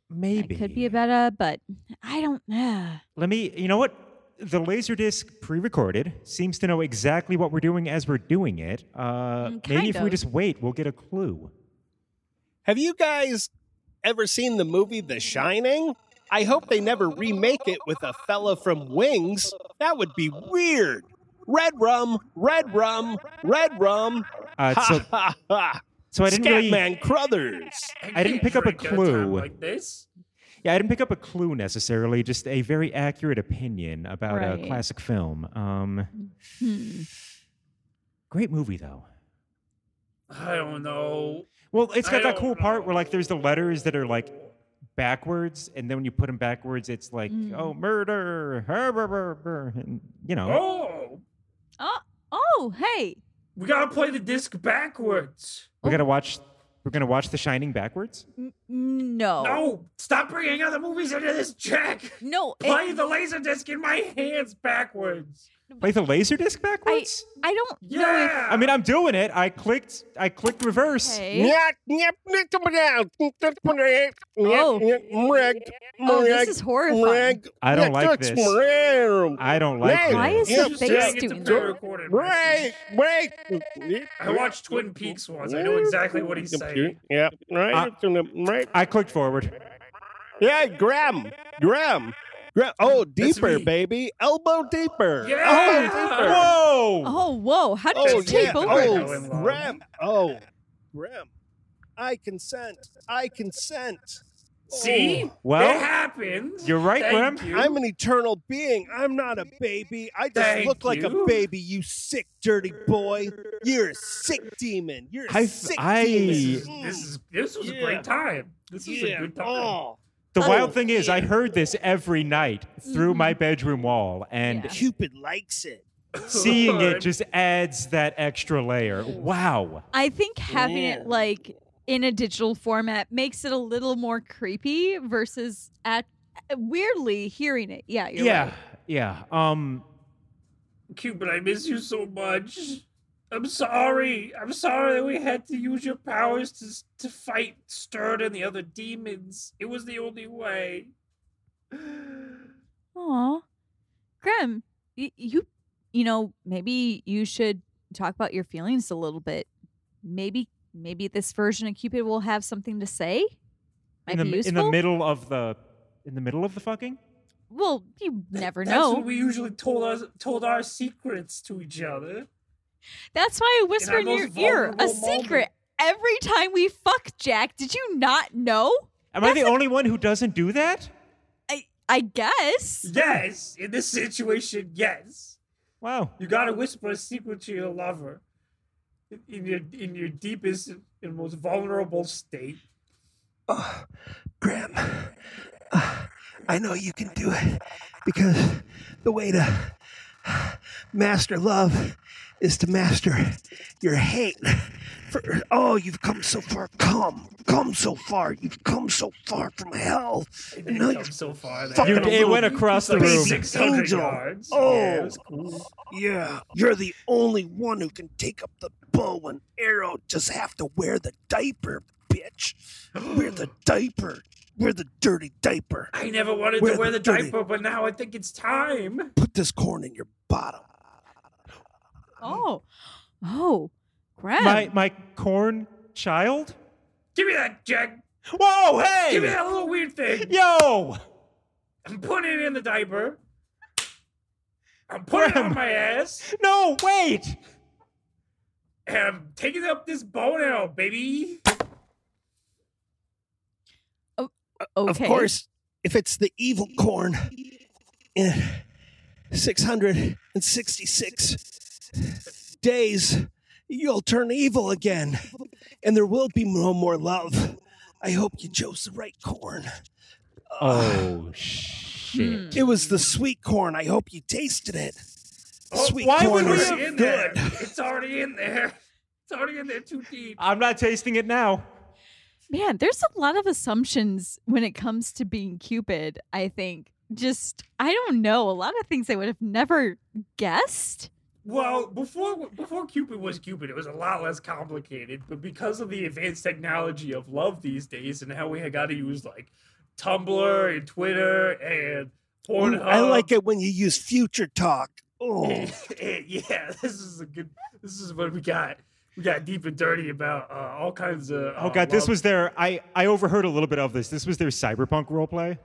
Maybe.
that could be a beta, but I don't. Uh,
Let me, you know what? The Laserdisc pre recorded seems to know exactly what we're doing as we're doing it. Uh,
Mm,
maybe if
kind
we
of.
just wait, we'll get a clue.
Have you guys ever seen the movie The Shining? I hope they never remake it with a fella from Wings. That would be weird. Red rum, red rum, red rum.
Uh,
Ha
so,
ha ha.
so I didn't really,
Scatman Crothers.
I didn't
can't
pick up a
drink at time
clue.
like this.
yeah, I didn't pick up a clue necessarily. Just a very accurate opinion about
Right.
a classic film. Um,
hmm.
great movie though.
I don't know.
Well, it's
I
got that
don't
cool part
know.
where like there's the letters that are like backwards, and then when you put them backwards, it's like
Mm.
oh murder, her, her, her, her, and, you know.
Oh,
Oh, hey,
we gotta play the disc backwards.
We
Oh.
gotta watch. We're gonna watch The Shining backwards.
n-
Oh.
no,
No, stop bringing other movies into
<laughs>
this check.
No, it-
Play the laser disc in my hands backwards.
Play the Laserdisc backwards.
I don't know if.
Yeah.
I mean, I'm doing it. I clicked. I clicked reverse.
Okay.
Nyah, nyah, nyah, nyah, nyah, nyah,
Oh.
nyah, mreg,
Oh, this
mreg,
is horrifying.
mreg.
I don't
Nyah,
like
nyah,
this.
mreg.
I don't like
Hey,
this.
Why is
Yeah,
the
yeah,
face
it's
doing
doing
that?
that?
recorded
Right,
message.
right.
I watched Twin Peaks once. I know exactly what he's saying.
Yeah, right, right.
I clicked forward.
Yeah, Graham, Graham, Graham. Oh, deeper,
me.
baby. Elbow deeper.
Yeah.
Elbow deeper.
Oh, Whoa!
Oh, whoa! How did
Oh,
you
yeah.
tape over?
Elbow
Oh,
deeper.
Graham. Oh, Graham. I consent. I consent.
See?
Well,
it happened.
you're right,
Thank
Grim.
you.
I'm an eternal being. I'm not a baby. I just
Thank
look like a
you.
baby, you sick, dirty boy. You're a sick demon. You're a
I-
sick
I-
demon.
This is-
Mm.
this is this was a
Yeah.
great time. This was a good time.
Oh,
The
Oh,
wild thing is, I heard this every night through my bedroom wall, and
Mm-hmm. Yeah.
<laughs> Cupid likes it.
seeing it
Lord. <laughs>
just adds that extra layer. Wow.
I think having
Yeah.
it like in a digital format makes it a little more creepy versus at weirdly hearing it. Yeah, you're
yeah.
right.
Yeah. Um.
Cupid, I miss you so much. I'm sorry. I'm sorry that we had to use your powers to s- to fight Stern and the other demons. It was the only way.
Aw. Grim, y- you you know, maybe you should talk about your feelings a little bit. Maybe maybe this version of Cupid will have something to say. Might
in the
be
mi-
useful.
in the middle of the in the middle of the fucking.
well, you never
<laughs> That's
know.
when we usually told us told our secrets to each other.
That's why I whisper in, your
most
ear a
vulnerable moment.
secret every time we fuck, Jack. Did you not know?
Am I
That's
the only one who doesn't do that?
I I guess.
Yes, in this situation, yes.
Wow.
You gotta whisper a secret to your lover in- in your in your deepest and most vulnerable state.
Grim, uh, I know you can do it because the way to master love is to master your hate. For, oh, you've come so far. Come, come so far. You've come so far from hell.
I
And
didn't
now
come
you're-
so far. there.
fucking
You,
a
it
little
went across the
Like
room.
basic-
600
Angel.
yards.
Oh.
Yeah, it was cool.
Yeah, you're the only one who can take up the bow and arrow. Just have to wear the diaper, bitch. Wear the diaper. Wear the dirty diaper.
I never wanted
Wear
to wear
the
the
dirty-
diaper, but now I think it's time.
Put this corn in your bottom.
Oh. Oh. Grim.
My my corn child.
Give me that, Jack.
Whoa! Hey!
Give me that little weird thing.
<laughs>
Yo!
I'm putting it in the diaper. I'm putting it on
Graham.
my ass.
No! Wait!
And I'm taking up this bow now, baby.
okay.
Of course, if it's the evil corn in 666 days, you'll turn evil again, and there will be no more love. I hope you chose the right corn.
Oh
Hmm.
shit!
It was the sweet corn. I hope you tasted it.
Oh,
Sweet
why would
corn
we
is
It's
have-
already in
good.
there. It's already in there. It's already in there too deep.
I'm not tasting it now.
Man, there's a lot of assumptions when it comes to being Cupid, I think. Just I don't know, a lot of things I would have never guessed.
Well, before before Cupid was Cupid, it was a lot less complicated. But because of the advanced technology of love these days, and how we had got to use like Tumblr and Twitter and Pornhub,
I
<laughs>
like it when you use future talk. Oh,
yeah, this is a good. This is what we got. We got deep and dirty about uh, all kinds of. Uh,
Oh god, this
love-
was their. I I overheard a little bit of this. This was their cyberpunk roleplay.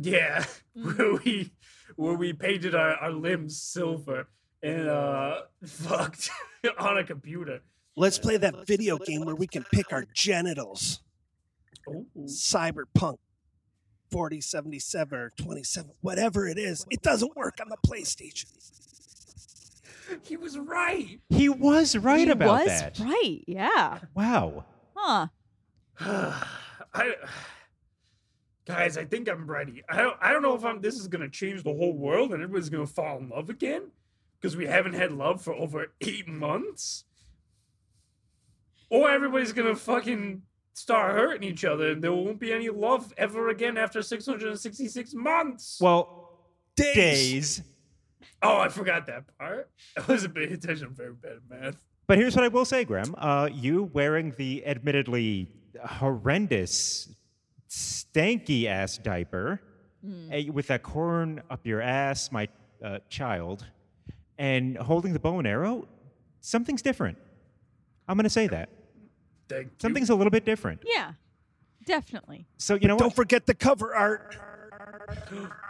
Yeah, <laughs> where we where we painted our, our limbs silver and uh <laughs> fucked on a computer.
let's play that video game where we can pick our genitals.
Ooh.
Cyberpunk 4077 or 27, whatever it is. It doesn't work on the PlayStation.
He was right.
He was right
He
about
was
that.
Right, yeah.
Wow.
Huh.
<sighs> I, guys, I think I'm ready. I don't I don't know if I'm this is gonna change the whole world and everybody's gonna fall in love again. Because we haven't had love for over eight months. Or everybody's gonna fucking start hurting each other and there won't be any love ever again after 666 months.
Well,
Days.
days.
Oh, I forgot that part. <laughs> I wasn't paying attention. I'm very bad at math.
But here's what I will say, Graham. Uh, you wearing the admittedly horrendous, stanky ass diaper
Hmm.
eh, with that corn up your ass, my uh, child, and holding the bow and arrow, something's different. I'm going to say that.
Thank you.
Something's a little bit different.
Yeah. Definitely.
So, you know
Don't
what?
forget the cover art.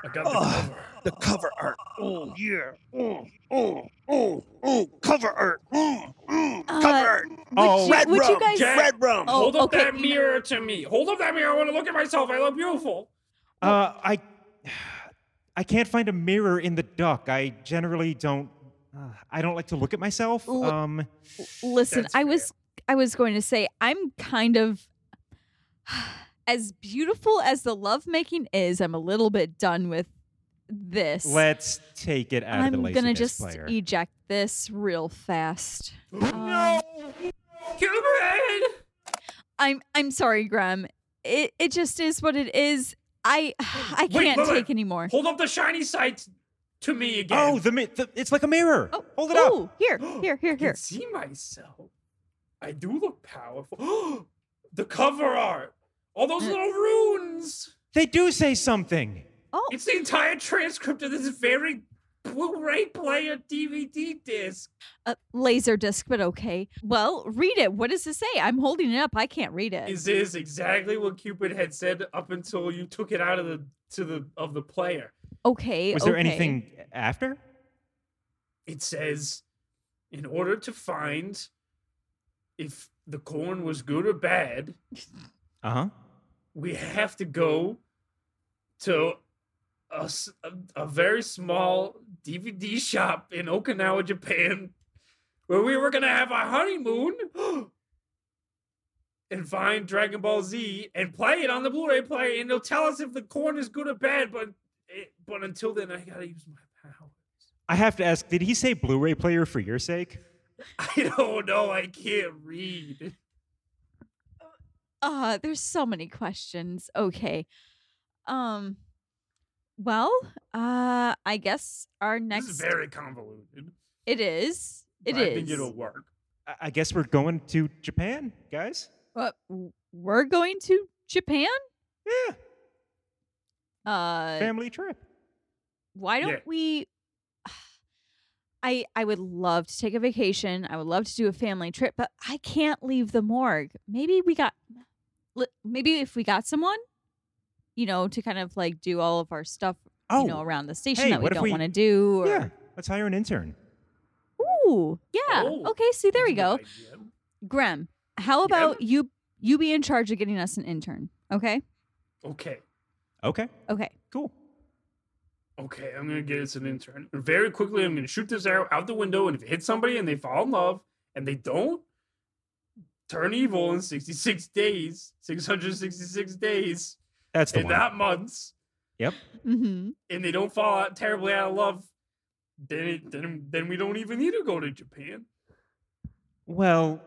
I got the
Ugh.
cover.
The cover art. Oh, yeah. Oh, oh, oh, oh. Cover art. Mm, mm.
Uh,
cover art.
would
Oh,
you,
Red
would
rum.
you guys
Jack-
Red rum.
Oh,
Hold up
okay,
that
you know-
mirror to me. Hold up that mirror. I want to look at myself. I look beautiful.
Uh, I, I can't find a mirror in the duck. I generally don't. Uh, I don't like to look at myself.
L-
Um,
Listen,
That's
I
fair.
was I was going to say I'm kind of <sighs> as beautiful as the lovemaking is, I'm a little bit done with this.
let's take it out
I'm
of the
gonna
laziness
just
player.
eject this real fast.
Cupid!
I'm I'm sorry, Graham. It it just is what it is. I <sighs> I
Wait,
can't
wait, wait.
take anymore.
Hold up the shiny sight to me again.
Oh,
<gasps>
the, mi- the it's like a mirror. Hold it
oh,
up. <gasps>
Here, here, here,
I can
here.
see myself. I do look powerful. <gasps> the cover art. All those
Mm.
little runes.
They do say something.
Oh,
It's the entire transcript of this very Blu-ray player, DVD disc.
A laser disc, but okay. Well, read it. What does it say? I'm holding it up. I can't read it.
Is is exactly what Cupid had said up until you took it out of the to the of the player.
okay.
Was there
okay.
anything after?
It says, in order to find if the corn was good or bad,
Uh
Uh-huh.
huh.
we have to go to a, s- a- a very small DVD shop in Okinawa, Japan, where we were going to have our honeymoon <gasps> and find Dragon Ball Z and play it on the Blu ray player. And they'll tell us if the corn is good or bad. But, it, but until then, I got to use my power. <laughs>
I have to ask, did he say Blu-ray player for your sake?
I don't know. I can't read.
Uh, there's so many questions. Okay. Um. Well, uh, I guess our next
This is very convoluted.
it is. It
but
is.
I think it'll work.
I- I guess we're going to Japan, guys.
But w- we're going to Japan.
Yeah,
Uh,
family trip.
why don't
Yeah.
we? <sighs> I I would love to take a vacation. I would love to do a family trip, but I can't leave the morgue. Maybe we got, li- maybe if we got someone, you know, to kind of like do all of our stuff,
Oh,
you know, around the station
hey,
that we
what if
don't
we-
want to do. Or,
Oh, yeah. Let's hire an intern.
Ooh, yeah.
Oh,
okay, see, there
That's
we
a
go.
good idea.
Graham, how about you? You be in charge of getting us an intern. Okay.
Okay.
Okay,
Okay.
cool.
Okay, I'm gonna get us an intern. And very quickly, I'm gonna shoot this arrow out the window, and if it hits somebody and they fall in love and they don't turn evil in 66 days, 666 days,
That's the
and
one.
not months,
Mm-hmm.
and they don't fall out terribly out of love, then it, then then we don't even need to go to Japan.
well,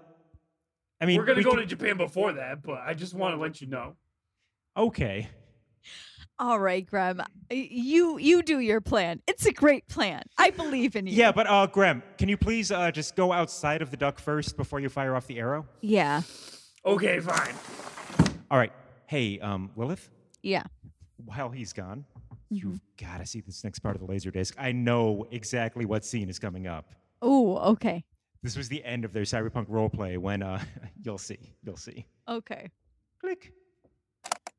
I mean,
We're gonna
we
go
could-
to Japan before that, but I just want to let you know.
Okay.
All right, Graham. You you do your plan. It's a great plan. I believe in you.
Yeah, but uh, Graham, can you please uh, just go outside of the duck first before you fire off the arrow?
Yeah.
Okay, fine.
All right. Hey, um, Lilith,
Yeah.
while he's gone, you've
Mm-hmm.
got to see this next part of the laser disc. I know exactly what scene is coming up.
Oh, okay.
This was the end of their cyberpunk roleplay when uh, <laughs> you'll see, you'll see.
Okay.
Click.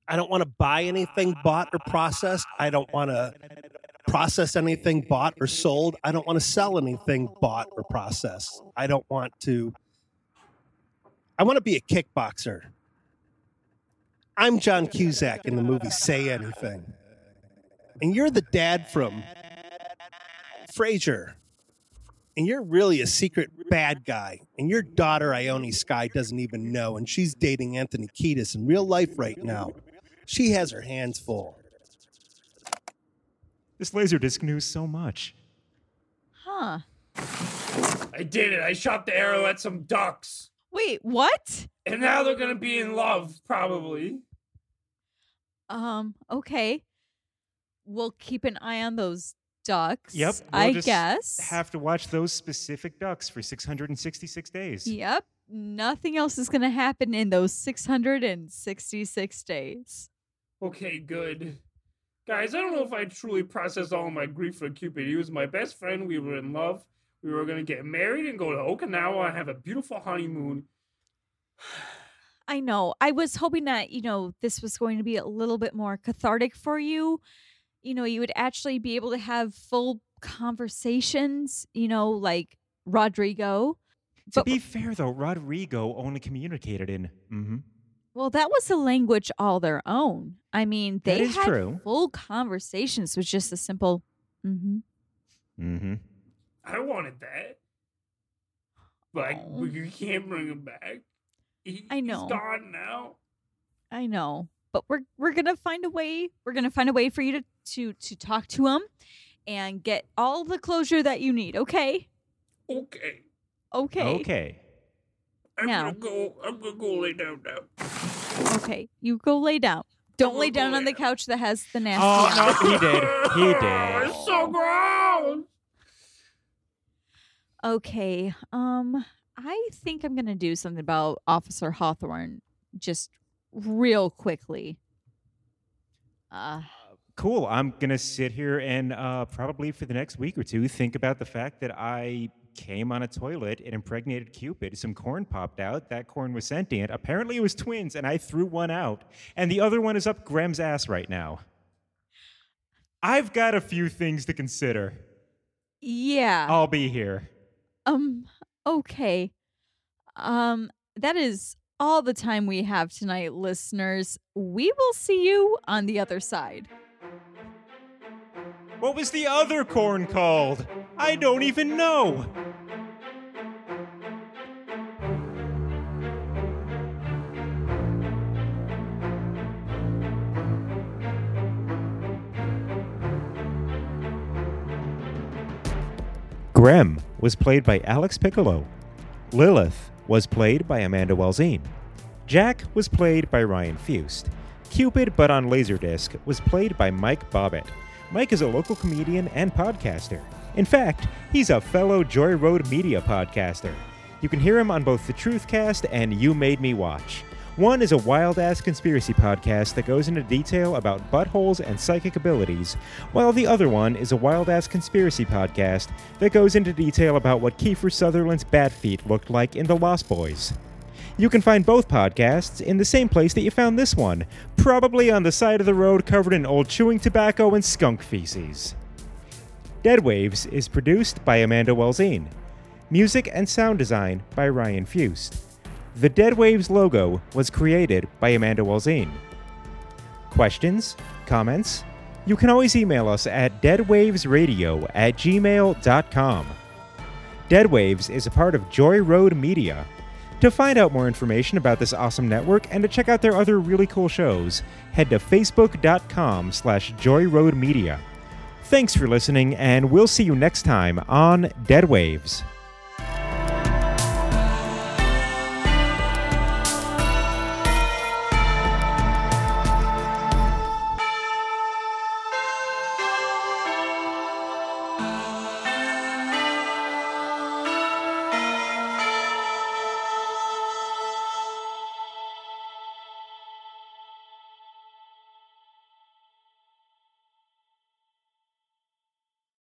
I don't want to buy anything bought or processed. I don't want to process anything bought or sold. I don't want to sell anything bought or processed. I don't want to. I want to be a kickboxer. I'm John Cusack in the movie Say Anything. And you're the dad from Frasier. And you're really a secret bad guy. And your daughter, Ione Sky, doesn't even know. And she's dating Anthony Kiedis in real life right now. She has her hands full.
This laser disc knew so much.
Huh.
I did it. I shot the arrow at some ducks,
Wait, what?
and now they're gonna be in love, probably.
Um, okay. We'll keep an eye on those ducks.
Yep. we'll
I
just
guess.
Have to watch those specific ducks for 666 days.
Yep. Nothing else is going to happen in those 666 days.
Okay, good. Guys, I don't know if I truly processed all my grief for Cupid. He was my best friend. We were in love. We were going to get married and go to Okinawa and have a beautiful honeymoon.
I know. I was hoping that, you know, this was going to be a little bit more cathartic for you. You know, you would actually be able to have full conversations, you know, like Rodrigo.
To
But-
be fair, though, Rodrigo only communicated in. Mm-hmm.
Well, that was a language all their own. I mean,
That
they
is
had
true.
full conversations with just a simple, mm-hmm.
Mm-hmm.
I wanted that. But
Aw.
we we can't bring him back. He-
I know.
He's gone now.
I know, but we're we're gonna find a way. We're gonna find a way for you to to to talk to him, and get all the closure that you need. Okay,
Okay.
okay,
Okay.
I'm
Now.
gonna go. I'm gonna go lay down now.
okay. You go lay down. Don't
will
lay
go
down on
lay
the
down.
couch that has the nasty. on it.
Oh no, he did.
<laughs>
He did.
it's so gross.
Okay. Um, I think I'm gonna do something about Officer Hawthorne just real quickly. Uh,
cool. I'm gonna sit here and uh, probably for the next week or two think about the fact that I came on a toilet and impregnated Cupid. Some corn popped out. That corn was sentient. Apparently, it was twins, and I threw one out, and the other one is up Graham's ass right now. I've got a few things to consider.
Yeah.
I'll be here.
Um, okay. Um, that is all the time we have tonight, listeners. We will see you on the other side.
What was the other corn called? I don't even know. Grem was played by Alex Piccolo. Lilith was played by Amanda Welzine. Jack was played by Ryan Fust. Cupid, but on Laserdisc, was played by Mike Bobbitt. Mike is a local comedian and podcaster. In fact, he's a fellow Joy Road Media podcaster. You can hear him on both The Truthcast and You Made Me Watch. One is a wild ass conspiracy podcast that goes into detail about buttholes and psychic abilities, while the other one is a wild ass conspiracy podcast that goes into detail about what Kiefer Sutherland's bat feet looked like in The Lost Boys. You can find both podcasts in the same place that you found this one, probably on the side of the road covered in old chewing tobacco and skunk feces. Dead Waves is produced by Amanda Welzine. Music and sound design by Ryan Fust. The Dead Waves logo was created by Amanda Welzine. Questions? Comments? You can always email us at deadwavesradio at gmail.com. Dead Waves is a part of Joy Road Media. To find out more information about this awesome network and to check out their other really cool shows, head to facebook.com slash joyroadmedia. Thanks for listening, and we'll see you next time on Dead Waves.